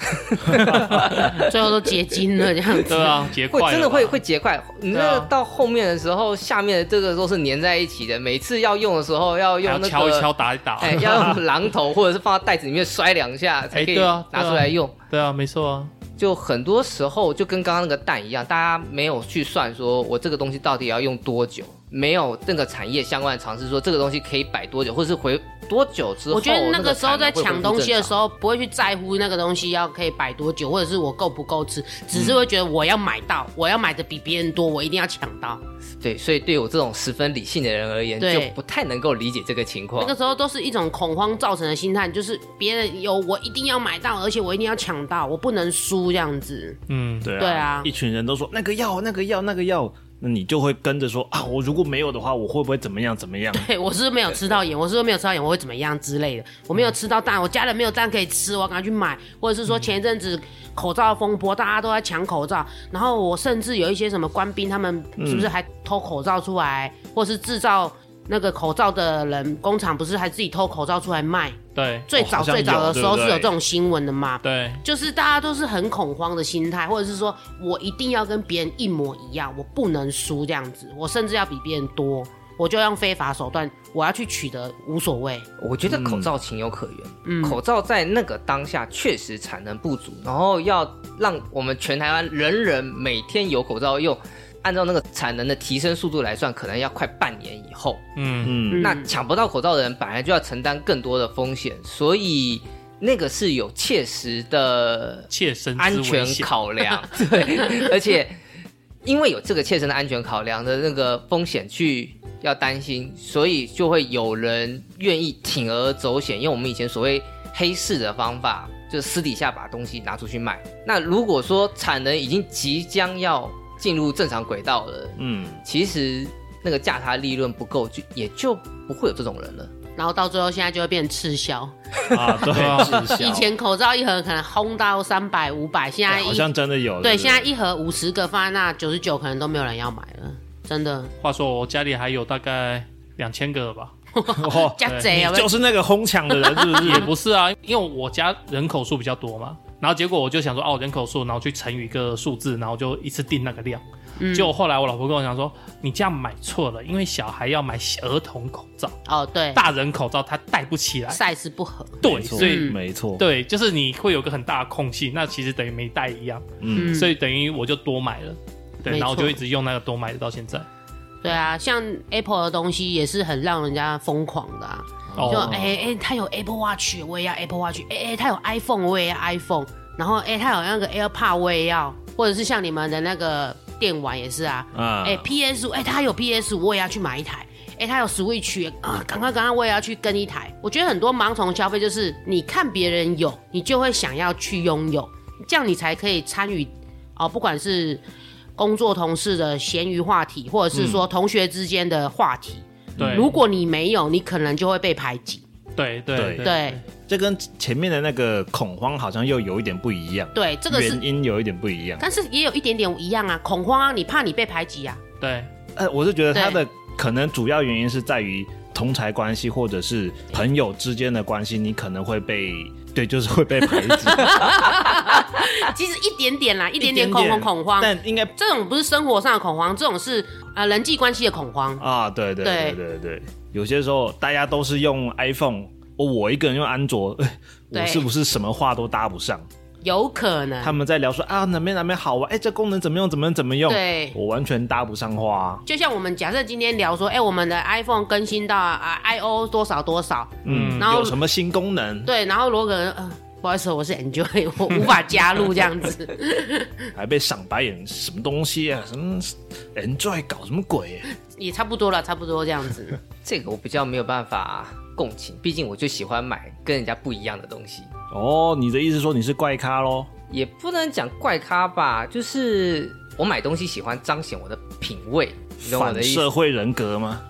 Speaker 1: 最后都结晶了这样子。
Speaker 2: 对啊，结
Speaker 3: 会
Speaker 2: 块
Speaker 3: 真的
Speaker 2: 了吧
Speaker 3: 会会结块。你
Speaker 2: 对
Speaker 3: 那
Speaker 2: 啊
Speaker 3: 到后面的时候，下面的这个都是粘在一起的，每次要用的时候要
Speaker 2: 还
Speaker 3: 用
Speaker 2: 要
Speaker 3: 那个
Speaker 2: 敲一敲，打一打。
Speaker 3: 哎，要用榔头或者是放到袋子里面摔两下才
Speaker 2: 啊哎
Speaker 3: 可以
Speaker 2: 对啊对
Speaker 3: 拿
Speaker 2: 啊
Speaker 3: 出来用。
Speaker 2: 对啊，没错啊，
Speaker 3: 就很多时候就跟刚刚那个蛋一样，大家没有去算说我这个东西到底要用多久，没有那个产业相关的尝试说这个东西可以摆多久，或者是回多久之后。
Speaker 1: 我觉得那
Speaker 3: 个
Speaker 1: 个时候在抢东西的时
Speaker 3: 候，
Speaker 1: 候，不会去在乎那个东西要可以摆多久，或者是我够不够吃，
Speaker 3: 嗯
Speaker 1: 只是会觉得我要买到，我要买的比别人多，我一定要抢到。
Speaker 3: 对，所以对我这种十分理性的人而言，
Speaker 1: 对
Speaker 3: 就不太能够理解这个情况
Speaker 1: 那。个时候都是一种恐慌造成的心态，就是别人有我一定要买到，而且我一定要抢到，我不能输这样子。
Speaker 2: 嗯，
Speaker 4: 对啊，
Speaker 1: 对啊
Speaker 4: 一群人都说那个要那个要那个要，那你就会跟着说啊，我如果没有的话，我会不会怎么样怎么样？
Speaker 1: 嘿， 我是不是没有吃到盐，我是不是没有吃到盐，我会怎么样之类的？我没有吃到蛋，我家人没有蛋可以吃，我要赶快去买。或者是说前一阵子口罩风波，大家都在抢口罩，然后我甚至有一些什么官兵，他们是
Speaker 4: 嗯
Speaker 1: 不是还偷口罩出来，或是制造那个口罩的人，工厂不是还自己偷口罩出来卖？
Speaker 2: 对
Speaker 1: 最早
Speaker 4: 哦好像
Speaker 1: 最早
Speaker 4: 有
Speaker 1: 的时候
Speaker 4: 对不
Speaker 1: 是
Speaker 4: 对
Speaker 1: 有这种新闻的嘛？
Speaker 2: 对，
Speaker 1: 就是大家都是很恐慌的心态，或者是说我一定要跟别人一模一样，我不能输这样子，我甚至要比别人多，我就用非法手段，我要去取得无所谓。
Speaker 3: 我觉得口罩情有可原，口罩在那个当下确实产能不足，然后要让我们全台湾人人每天有口罩用，按照那个产能的提升速度来算，可能要快半年以后。
Speaker 2: 嗯，
Speaker 4: 嗯，
Speaker 3: 那抢不到口罩的人本来就要承担更多的风险，所以那个是有切实的
Speaker 2: 切身之
Speaker 3: 安
Speaker 2: 危
Speaker 3: 全
Speaker 2: 险。
Speaker 3: 考量，对，而且因为有这个切身的安全考量的那个风险去要担心，所以就会有人愿意铤而走险，用我们以前所谓黑市的方法，就私底下把东西拿出去卖。那如果说产能已经即将要进入正常轨道了，
Speaker 4: 嗯，
Speaker 3: 其实那个价差利润不够，就也就不会有这种人了。
Speaker 1: 然后到最后，现在就会变滞销。
Speaker 4: 啊，
Speaker 2: 对啊
Speaker 4: 对，滞销
Speaker 1: 以前口罩一盒可能轰到三百、五百，现在
Speaker 4: 哎好
Speaker 1: 一
Speaker 4: 像真的有，
Speaker 1: 对，
Speaker 4: 不
Speaker 1: 现在一盒五十个放在那，九十九可能都没有人要买了，真的。
Speaker 2: 话说我家里还有大概两千个吧，
Speaker 4: 哦
Speaker 1: 加贼啊有
Speaker 4: 你
Speaker 1: 没有
Speaker 4: 就？是那个哄抢的 人，是不
Speaker 2: 也
Speaker 4: 是？
Speaker 2: 不是啊，因为我家人口数比较多嘛，然后结果我就想说，哦，人口数，然后去乘以一个数字，然后就一次定那个量。
Speaker 1: 嗯
Speaker 2: 结果后来我老婆跟我讲说，你这样买错了，因为小孩要买儿童口罩，
Speaker 1: 哦，对
Speaker 2: 大人口罩他戴不起来。
Speaker 1: ，size 不合。
Speaker 2: 对，
Speaker 4: 没错
Speaker 2: 所以
Speaker 1: 嗯
Speaker 4: 没错，
Speaker 2: 对，就是你会有个很大的空隙，那其实等于没带一样，
Speaker 1: 嗯，
Speaker 2: 所以等于我就多买了，对，
Speaker 1: 没
Speaker 2: 然后我
Speaker 1: 错
Speaker 2: 就一直用那个多买的到现在。
Speaker 1: 对啊，像 Apple 的东西也是很让人家疯狂的啊。就
Speaker 2: 哦，
Speaker 1: 哎哎、他有 Apple Watch，我也要 Apple Watch。哎、哎、他有 iPhone，我也要 iPhone。然后哎、他有那个 AirPod，我也要。或者是像你们的那个电玩也是啊，
Speaker 2: 嗯
Speaker 4: 啊
Speaker 1: 哎、PS 五，哎，他有 PS 五，我也要去买一台。哎、他有 Switch 啊，赶快赶快，我也要去跟一台。我觉得很多盲从消费就是，你看别人有，你就会想要去拥有，这样你才可以参与哦，不管是工作同事的闲余话题，或者是说同学之间的话题。
Speaker 2: 嗯对
Speaker 1: 如果你没有，你可能就会被排挤。
Speaker 2: 对对
Speaker 4: 对
Speaker 1: 对
Speaker 4: 这跟前面的那个恐慌好像又有一点不一样，
Speaker 1: 对，这个是
Speaker 4: 原，因有一点不一样。
Speaker 1: 但是也有一点点一样啊，恐慌啊，你怕你被排挤啊。
Speaker 2: 对
Speaker 4: 呃，我是觉得他的可能主要原因是在于同才关系或者是朋友之间的关系，你可能会被对，就是会被排挤，
Speaker 1: 啊其实一点点 啦，一
Speaker 4: 一
Speaker 1: 点点恐慌恐慌。
Speaker 4: 但应该
Speaker 1: 这种不是生活上的恐慌，这种是呃人际关系的恐慌。
Speaker 4: 啊，对对
Speaker 1: 对
Speaker 4: 对对对有些时候大家都是用 iPhone，哦我一个人用安卓， 哎
Speaker 1: 对
Speaker 4: 我是不是什么话都搭不上？
Speaker 1: 有可能。
Speaker 4: 他们在聊说啊哪边哪边好玩，哎这功能怎么用怎么用怎么用，
Speaker 1: 对
Speaker 4: 我完全搭不上话、啊
Speaker 1: 就像我们假设今天聊说，哎、我们的 iPhone 更新到啊 iO 多少多少，
Speaker 4: 嗯，
Speaker 1: 然后
Speaker 4: 有什么新功能
Speaker 1: 对，然后罗格，呃，不好意思，我是 Enjoy，我无法加入这样子。
Speaker 4: 还被赏白眼，什么东西啊，什么 Android 搞什么鬼、啊
Speaker 1: 也差不多了，差不多这样子。
Speaker 3: 这个我比较没有办法共情，毕竟我就喜欢买跟人家不一样的东西，
Speaker 4: 哦，你的意思说你是怪咖喽？
Speaker 3: 也不能讲怪咖吧，就是我买东西喜欢彰显我的品味，你懂我的
Speaker 4: 反
Speaker 3: 意思
Speaker 4: 社？会人格吗？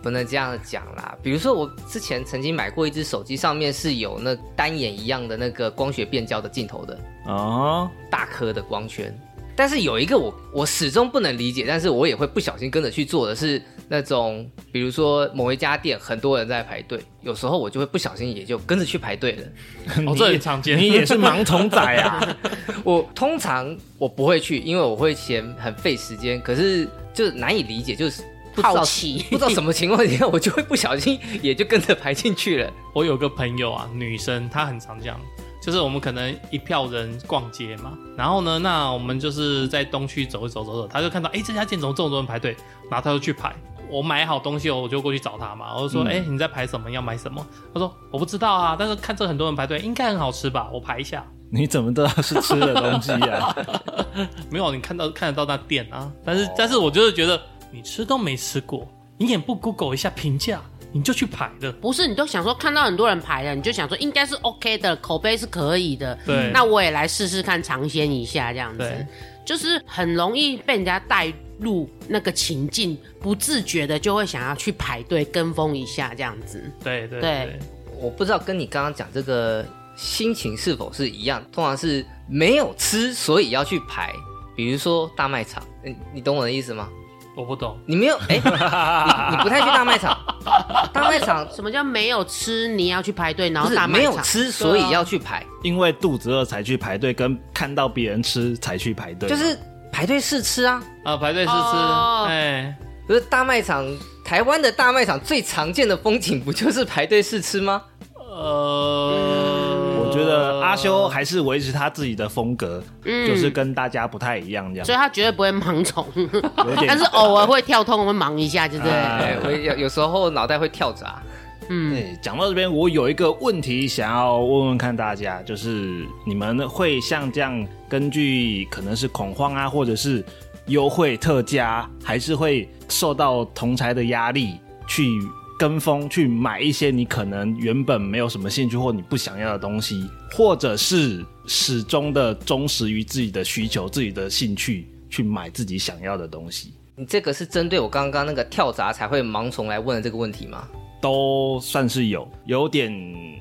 Speaker 3: 不能这样讲啦。比如说我之前曾经买过一只手机，上面是有那单眼一样的那个光学变焦的镜头的
Speaker 4: 啊，
Speaker 3: 大颗的光圈。但是有一个我我始终不能理解，但是我也会不小心跟着去做的是那种，比如说某一家店很多人在排队，有时候我就会不小心也就跟着去排队了。
Speaker 2: 哦
Speaker 4: 你
Speaker 2: 这很
Speaker 4: 也
Speaker 2: 常见
Speaker 4: 你也是盲从仔啊？
Speaker 3: 我通常我不会去，因为我会嫌很费时间，可是就难以理解，就是不知道
Speaker 1: 好奇
Speaker 3: 不知道什么情况下，我就会不小心也就跟着排进去了。
Speaker 2: 我有个朋友啊，女生，她很常这样，就是我们可能一票人逛街嘛，然后呢，那我们就是在东区走一走走走，她就看到，哎、这家店怎么这么多人排队，然后她就去排。我买好东西，我就过去找她嘛，我就说，哎、你在排什么？要买什么？她说我不知道啊，但是看这很多人排队，应该很好吃吧？我排一下。
Speaker 4: 你怎么知道是吃的东西啊？
Speaker 2: 没有，你看到看得到那店啊，但是、但是我就是觉得你吃都没吃过，你也不 Google 一下评价，你就去排了。
Speaker 1: 不是，你都想说看到很多人排了，你就想说应该是 OK 的，口碑是可以的。
Speaker 2: 对
Speaker 1: 那我也来试试看，尝鲜一下这样子
Speaker 2: 对，
Speaker 1: 就是很容易被人家带入那个情境，不自觉的就会想要去排队跟风一下这样子。
Speaker 2: 对对
Speaker 1: 对
Speaker 3: 我不知道跟你刚刚讲这个心情是否是一样，通常是没有吃，所以要去排。比如说大卖场，嗯，你懂我的意思吗？
Speaker 2: 我不懂。
Speaker 3: 你没有 哎、你你不太去大卖场，大卖场
Speaker 1: 什么叫没有吃你要去排队，然
Speaker 3: 不
Speaker 1: 后
Speaker 3: 是
Speaker 1: 大卖
Speaker 3: 没
Speaker 1: 场
Speaker 3: 有吃，所以要去排，
Speaker 4: 因为肚子饿才去排队，跟看到别人吃才去排队，
Speaker 3: 就是排队试吃啊。
Speaker 2: 啊，排队试吃，
Speaker 1: 哦
Speaker 2: 哎、
Speaker 3: 可是大卖场，台湾的大卖场最常见的风景不就是排队试吃吗？
Speaker 2: 呃，
Speaker 4: 我觉得
Speaker 1: 啊
Speaker 4: 阿修还是维持他自己的风格，
Speaker 3: 嗯
Speaker 4: 就是跟大家不太一样这
Speaker 1: 所以
Speaker 4: 样，
Speaker 1: 他绝对不会盲 从，
Speaker 4: 有点
Speaker 1: 但是偶尔会跳通，我们忙一下，对不对？
Speaker 4: 啊
Speaker 3: 哎，我有有时候脑袋会跳闸。
Speaker 4: 对，讲到这边，我有一个问题想要问问看大家，就是你们会像这样根据可能是恐慌啊，或者是优惠特价，还是会受到同财的压力去跟风去买一些你可能原本没有什么兴趣或你不想要的东西，或者是始终的忠实于自己的需求、自己的兴趣去买自己想要的东西，
Speaker 3: 你这个是针对我刚刚那个跳闸才会盲从来问的这个问题吗？
Speaker 4: 都算是有，有点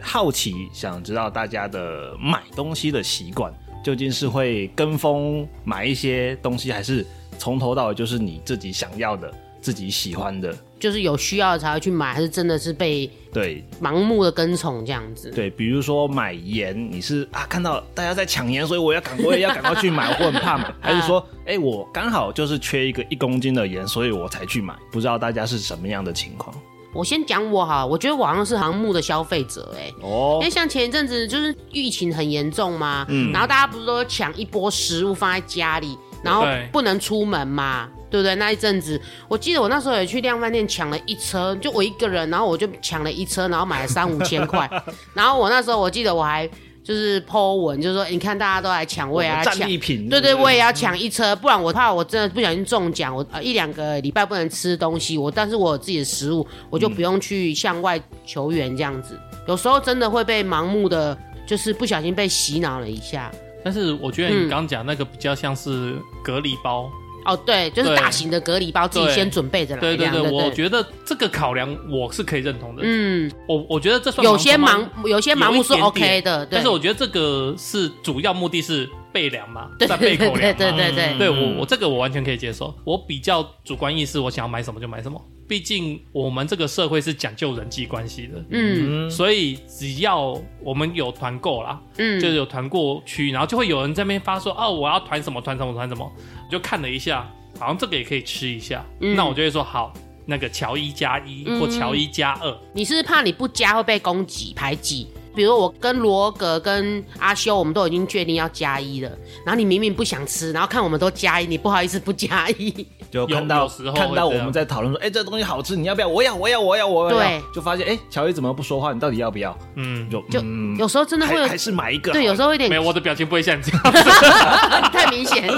Speaker 4: 好奇，想知道大家的买东西的习惯，究竟是会跟风买一些东西，还是从头到尾就是你自己想要的、自己喜欢的？
Speaker 1: 就是有需要才会去买，还是真的是被
Speaker 4: 对
Speaker 1: 盲目的跟从这样子？
Speaker 4: 对，比如说买盐，你是啊看到大家在抢盐，所以我要赶，我也要赶快去买，我很怕买，还是说，哎、我刚好就是缺一个一公斤的盐，所以我才去买？不知道大家是什么样的情况
Speaker 1: 我先讲我哈，我觉得我好像是盲目的消费者哎、
Speaker 4: 哦
Speaker 1: 因为像前一阵子就是疫情很严重嘛，然后大家不是都抢一波食物放在家里，然后
Speaker 2: 对
Speaker 1: 不能出门嘛，对不对？那一阵子，我记得我那时候也去量贩店抢了一车，就我一个人，然后我就抢了一车，然后买了三五千块，然后我那时候我记得我还就是剖文，就是说你看大家都来抢，我也要
Speaker 4: 战
Speaker 1: 抢
Speaker 4: 利。
Speaker 2: 嗯
Speaker 4: 品，
Speaker 1: 对
Speaker 4: 对
Speaker 1: 对，
Speaker 4: 不
Speaker 1: 我也要抢一车，不然我怕我真的不小心中奖，我呃一两个礼拜不能吃东西，我但是我有自己的食物，我就不
Speaker 2: 嗯
Speaker 1: 用去向外求援这样子。有时候真的会被盲目的，就是不小心被洗脑了一下。
Speaker 2: 但是我觉得
Speaker 1: 嗯
Speaker 2: 你刚讲那个比较像是隔离包，
Speaker 1: 哦，对，就是
Speaker 2: 对
Speaker 1: 大型的隔离包，自己
Speaker 2: 对
Speaker 1: 先准备着来。
Speaker 2: 对
Speaker 1: 这
Speaker 2: 对
Speaker 1: 样
Speaker 2: 对，我觉得这个考量我是可以认同的。
Speaker 1: 嗯，
Speaker 2: 我我觉得这算
Speaker 1: 有些
Speaker 2: 忙
Speaker 1: 盲，有些盲目是
Speaker 2: 有一点点
Speaker 1: OK 的，对
Speaker 2: 但是我觉得这个是主要目的是备粮嘛，
Speaker 1: 对
Speaker 2: 在备口粮嘛。
Speaker 1: 对对对对
Speaker 4: 嗯
Speaker 1: 对，
Speaker 2: 对我我这个我完全可以接受，我比较主观意识，我想要买什么就买什么。毕竟我们这个社会是讲究人际关系的，
Speaker 1: 嗯
Speaker 2: 所以只要我们有团购啦，
Speaker 1: 嗯，
Speaker 2: 就是有团购区，然后就会有人在那边发说哦，我要团什么团什么团什么，我就看了一下，好像这个也可以吃一下，
Speaker 1: 嗯
Speaker 2: 那我就会说好，那个乔一加一或乔一加二，
Speaker 1: 你是不是怕你不加会被攻击排挤？比如我跟罗格跟阿修，我们都已经决定要加一了，然后你明明不想吃，然后看我们都加一，你不好意思不加一，
Speaker 4: 就
Speaker 2: 有
Speaker 4: 看到
Speaker 2: 有时候会
Speaker 4: 看到
Speaker 2: 这
Speaker 4: 我
Speaker 2: 样
Speaker 4: 们在讨论说，哎、这东西好吃，你要不要？我要，我要，我要，我要。
Speaker 1: 对
Speaker 4: 就发现，哎、乔伊怎么不说话？你到底要不要？
Speaker 2: 嗯，
Speaker 4: 就
Speaker 1: 就
Speaker 4: 嗯，
Speaker 1: 有时候真的会有
Speaker 4: 还还是啊买一个好了。
Speaker 1: 对，有时候会有点
Speaker 2: 没有我的表情不会像这样。
Speaker 4: 啊
Speaker 1: 太明 显。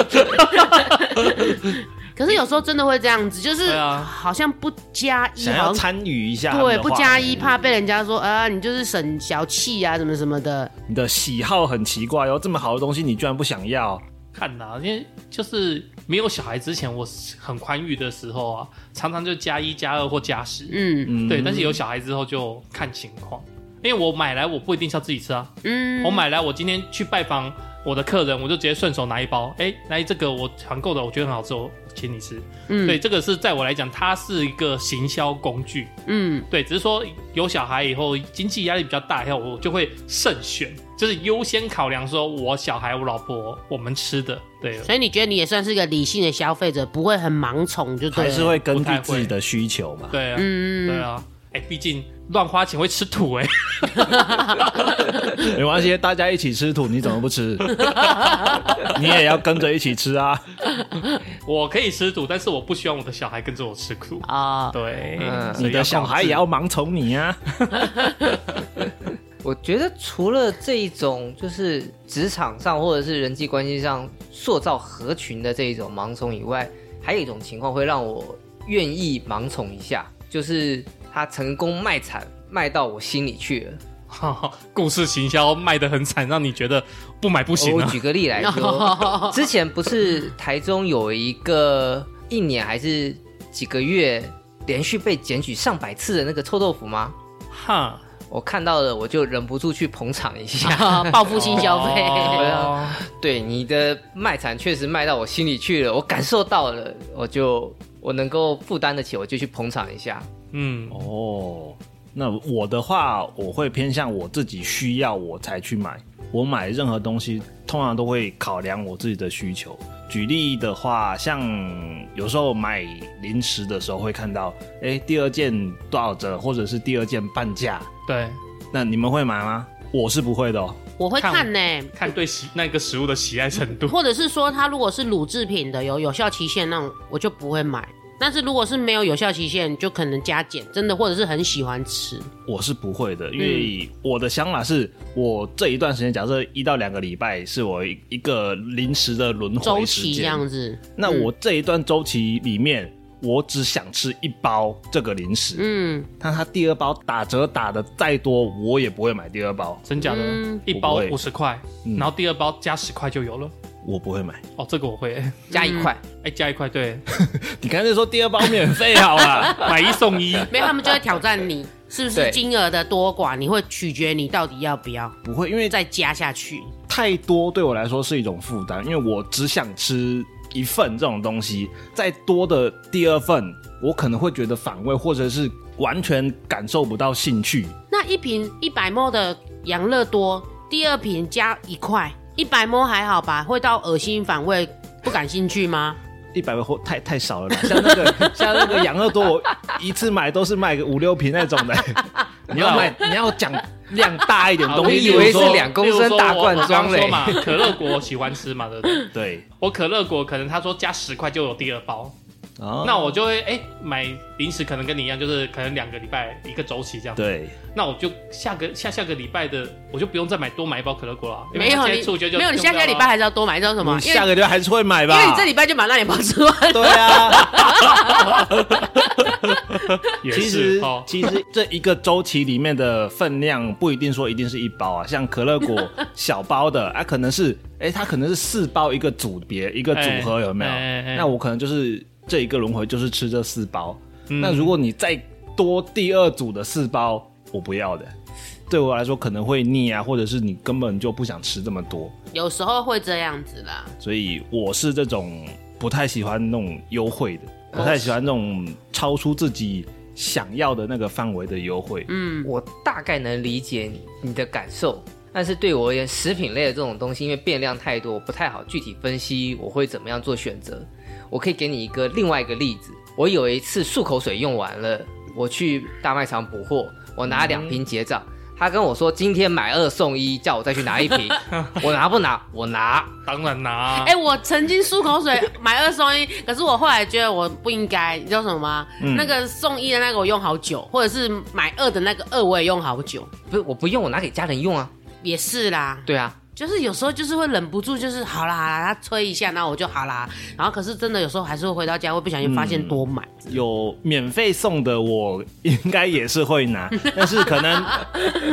Speaker 1: 可是有时候真的会这样子，就是
Speaker 2: 对啊
Speaker 1: 好像不加一，
Speaker 4: 想
Speaker 1: 好
Speaker 4: 要
Speaker 1: 像
Speaker 4: 参与一下他们
Speaker 1: 对
Speaker 4: 的话，嗯
Speaker 1: 不加一怕被人家说啊，你就是省小气啊，什么什么的。
Speaker 4: 你的喜好很奇怪哦，这么好的东西你居然不想要，
Speaker 2: 看呐、因为就是没有小孩之前，我是很宽裕的时候啊，常常就加一加二或加十、
Speaker 1: 嗯
Speaker 4: 嗯，
Speaker 2: 对。但是有小孩之后就看情况，因为我买来我不一定是要自己吃啊，
Speaker 1: 嗯，
Speaker 2: 我买来我今天去拜访我的客人，我就直接顺手拿一包，哎、来这个我团购的，我觉得很好吃，我请你吃。
Speaker 1: 嗯
Speaker 2: 对，这个是在我来讲，它是一个行销工具，
Speaker 1: 嗯
Speaker 2: 对，只是说有小孩以后经济压力比较大以后，我就会慎选，就是优先考量说我小孩、我老婆我们吃的，对。
Speaker 1: 所以你觉得你也算是一个理性的消费者，不会很盲从，就对
Speaker 4: 还
Speaker 1: 了。
Speaker 4: 是会根
Speaker 2: 不
Speaker 4: 据
Speaker 2: 太
Speaker 4: 自己
Speaker 2: 会
Speaker 4: 的需求嘛。
Speaker 2: 对啊，
Speaker 1: 嗯
Speaker 2: 对啊，哎、毕竟乱花钱会吃土哎、
Speaker 4: 没关系，大家一起吃土，你怎么不 吃？你也要跟着一起吃啊！
Speaker 2: 我可以吃土，但是我不希望我的小孩跟着我吃苦。
Speaker 1: 啊、
Speaker 2: 对，
Speaker 3: 嗯
Speaker 2: 所以
Speaker 4: 你的小孩也
Speaker 2: 呃控
Speaker 4: 要盲从你啊！
Speaker 3: 我觉得除了这一种，就是职场上或者是人际关系上塑造合群的这一种盲从以外，还有一种情况会让我愿意盲从一下，就是他成功卖惨卖到我心里去了。
Speaker 2: 制 故事行销卖的很惨，让你觉得不买不行
Speaker 3: 我
Speaker 2: 啊。
Speaker 3: 哦举个例来 说，之前不是台中有一个一年还是几个月连续被检举上百次的那个臭豆腐吗？
Speaker 2: 哈，
Speaker 3: 我看到了，我就忍不住去捧场一下。
Speaker 1: 报复性消费，
Speaker 2: 哦
Speaker 3: 对啊你的卖惨确实卖到我心里去了，我感受到了，我就我能够负担得起，我就去捧场一下。
Speaker 2: 嗯，
Speaker 4: 哦，那我的话，我会偏向我自己需要我才去买。我买任何东西，通常都会考量我自己的需求。举例的话，像有时候买零食的时候会看到，哎、第二件多少折，或者是第二件半价，
Speaker 2: 对，
Speaker 4: 那你们会买吗？我是不会的、哦。
Speaker 1: 我会看呢、
Speaker 2: 看对喜那个食物的喜爱程度。
Speaker 1: 或者是说，它如果是乳制品的，有有效期限那种，我就不会买。但是如果是没有有效期限，就可能加减，真的，或者是很喜欢吃。
Speaker 4: 我是不会的，因为
Speaker 1: 嗯
Speaker 4: 我的想法是我这一段时间，假设一到两个礼拜是我一一个临时的轮
Speaker 1: 周
Speaker 4: 回时
Speaker 1: 期这
Speaker 4: 间，
Speaker 1: 样子，
Speaker 4: 那我这一段周期里面，我只想吃一包这个零食，
Speaker 1: 嗯，
Speaker 4: 那它第二包打折打的再多，我也不会买第二包，
Speaker 2: 真假的，
Speaker 1: 嗯
Speaker 2: 一包
Speaker 4: 我不会
Speaker 2: 五十块，
Speaker 4: 嗯
Speaker 2: 然后第二包加十块就有了。
Speaker 4: 我不会买。
Speaker 2: 哦，这个我会，哎、
Speaker 3: 加一块，
Speaker 4: 嗯
Speaker 2: 加一块，对，
Speaker 4: 你刚才说第二包免费好啊
Speaker 3: 啊
Speaker 4: 了，
Speaker 2: 买一送 一。
Speaker 1: 没有，他们就会挑战你是不是
Speaker 3: 对
Speaker 1: 金额的多寡，你会取决你到底要不要
Speaker 4: 不会，因为
Speaker 1: 再加下去。
Speaker 4: 太多对我来说是一种负担，因为我只想吃一份这种东西，再多的第二份，我可能会觉得反胃，或者是完全感受不到兴趣。
Speaker 1: 那一瓶一百 ml 的养乐多，第二瓶加一块，一百 ml 还好吧？会到恶心反胃，不感兴趣吗？
Speaker 4: 一百或太太少了吧？像那 个像那个养乐多，我一次买都是买个五六瓶那 种的。你要
Speaker 1: 哦
Speaker 4: 买，你要讲量大一点
Speaker 2: 啊
Speaker 4: 东
Speaker 3: 我
Speaker 4: 西。
Speaker 3: 以为
Speaker 2: 例如说
Speaker 3: 是两公升大罐装嘞
Speaker 2: 例如说我我刚说 嘛，可乐果我喜欢吃嘛，对不对？
Speaker 4: 对，
Speaker 2: 我可乐果可能他说加十块就有第二包，
Speaker 4: 哦
Speaker 2: 那我就会哎、买零食，可能跟你一样，就是可能两个礼拜一个周期这样。
Speaker 4: 对，
Speaker 2: 那我就下个下下个礼拜的，我就不用再买多买一包可乐果了。因为
Speaker 1: 没有
Speaker 2: 我
Speaker 1: 你
Speaker 2: 接触就就
Speaker 1: 没有你下
Speaker 2: 用
Speaker 1: 个
Speaker 2: 掉
Speaker 1: 礼
Speaker 2: 了
Speaker 1: 拜还是要多买，知道什么
Speaker 4: 你？
Speaker 1: 因
Speaker 4: 下
Speaker 1: 为
Speaker 4: 个礼拜还啊是会买
Speaker 1: 因
Speaker 4: 吧？
Speaker 1: 为你这礼拜就把那两包吃完了。
Speaker 4: 对啊，
Speaker 2: 也
Speaker 4: 其
Speaker 2: 是
Speaker 4: 实
Speaker 2: 哦，
Speaker 4: 其实这一个周期里面的分量不一定说一定是一包啊，像可 乐果小包的啊，可能是哎、它可能是四包一个组别一个组合，
Speaker 2: 哎
Speaker 4: 有没有？
Speaker 2: 哎哎哎
Speaker 4: 那我可能就是这一个轮回就是吃这四包。
Speaker 2: 嗯
Speaker 4: 那如果你再多第二组的四包，我不要的。对我来说可能会腻啊，或者是你根本就不想吃这么多，
Speaker 1: 有时候会这样子啦，
Speaker 4: 所以我是这种不太喜欢那种优惠的，
Speaker 1: 哦
Speaker 4: 不太喜欢那种超出自己想要的那个范围的优惠。
Speaker 1: 嗯
Speaker 3: 我大概能理解你的感受，但是对我而言，食品类的这种东西，因为变量太多，我不太好具体分析我会怎么样做选择。我可以给你一个另外一个例子，我有一次漱口水用完了，我去大卖场补货，我拿两瓶结账，他跟我说今天买二送一，叫我再去拿一 瓶，我拿不拿？我拿。
Speaker 2: 当然 拿、
Speaker 1: 哎、我曾经漱口水买二送一，可是我后来觉得我不应该，你知道什么吗？
Speaker 4: 嗯
Speaker 1: 那个送一的那个我用好久，或者是买二的那个二我也用好久，
Speaker 3: 不是我不用，我拿给家人用啊。
Speaker 1: 也是啦。
Speaker 3: 对啊，
Speaker 1: 就是有时候就是会忍不住，就是好啦好啦，他催一下，然后我就好啦。然后可是真的有时候还是会回到家会不小心发现
Speaker 4: 嗯
Speaker 1: 多买，
Speaker 4: 有免费送的，我应该也是 会拿，但是可能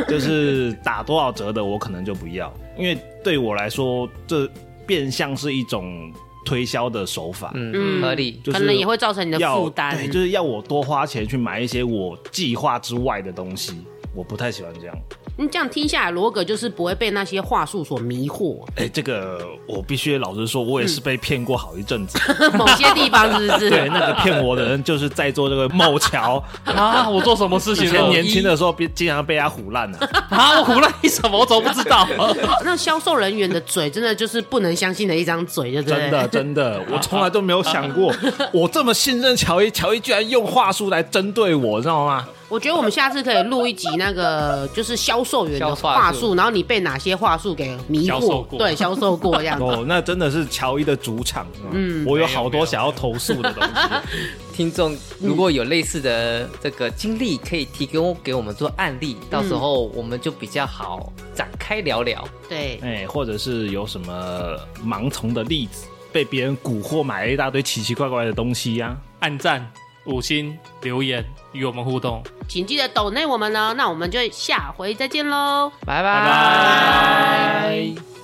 Speaker 4: 就是打多少折的，我可能就不要，因为对我来说，这变相是一种推销的手法。
Speaker 3: 嗯，
Speaker 1: 嗯
Speaker 3: 合理。
Speaker 4: 就是
Speaker 1: 可能也会造成你的
Speaker 4: 要
Speaker 1: 负担。
Speaker 4: 对，就是要我多花钱去买一些我计划之外的东西，我不太喜欢这样。
Speaker 1: 你这样听下来，罗格就是不会被那些话术所迷惑，
Speaker 4: 哎、这个我必须老实说，我也是被骗过好一阵子。
Speaker 1: 某些地方是不是？
Speaker 4: 对，那个骗我的人就是在做这个某桥，
Speaker 2: 啊！我做什么事
Speaker 4: 以
Speaker 2: 情
Speaker 4: 前
Speaker 2: 了？
Speaker 4: 年轻的时候被经常被他唬烂了、
Speaker 2: 啊，我胡乱你什么？我怎么不知道？
Speaker 1: 哦那销售人员的嘴真的就是不能相信的一张嘴，对不对？
Speaker 4: 真的，真的，我从来都没有想过，我这么信任乔伊，乔伊居然用话术来针对我，知道吗？
Speaker 1: 我觉得我们下次可以录一集那个就是销售员的
Speaker 3: 销话
Speaker 1: 话
Speaker 3: 术
Speaker 1: 术，然后你被哪些话术给迷
Speaker 2: 销售
Speaker 1: 惑？
Speaker 2: 过
Speaker 1: 对，销售过这 样子。
Speaker 4: 哦，那真的是乔伊的主场，嗯，我有好多想要投诉的东西。
Speaker 3: 听众如果有类似的这个经历，可以提供给我们做案例，到时候我们就比较好展开聊聊。
Speaker 1: 对，
Speaker 4: 哎，或者是有什么盲从的例子，被别人蛊惑买了一大堆奇奇怪怪的东西呀、
Speaker 2: 按赞、五星、留言与我们互动，
Speaker 1: 请记得哦抖内我们呢，那我们就下回再见喽。
Speaker 3: 拜拜。
Speaker 2: 拜拜。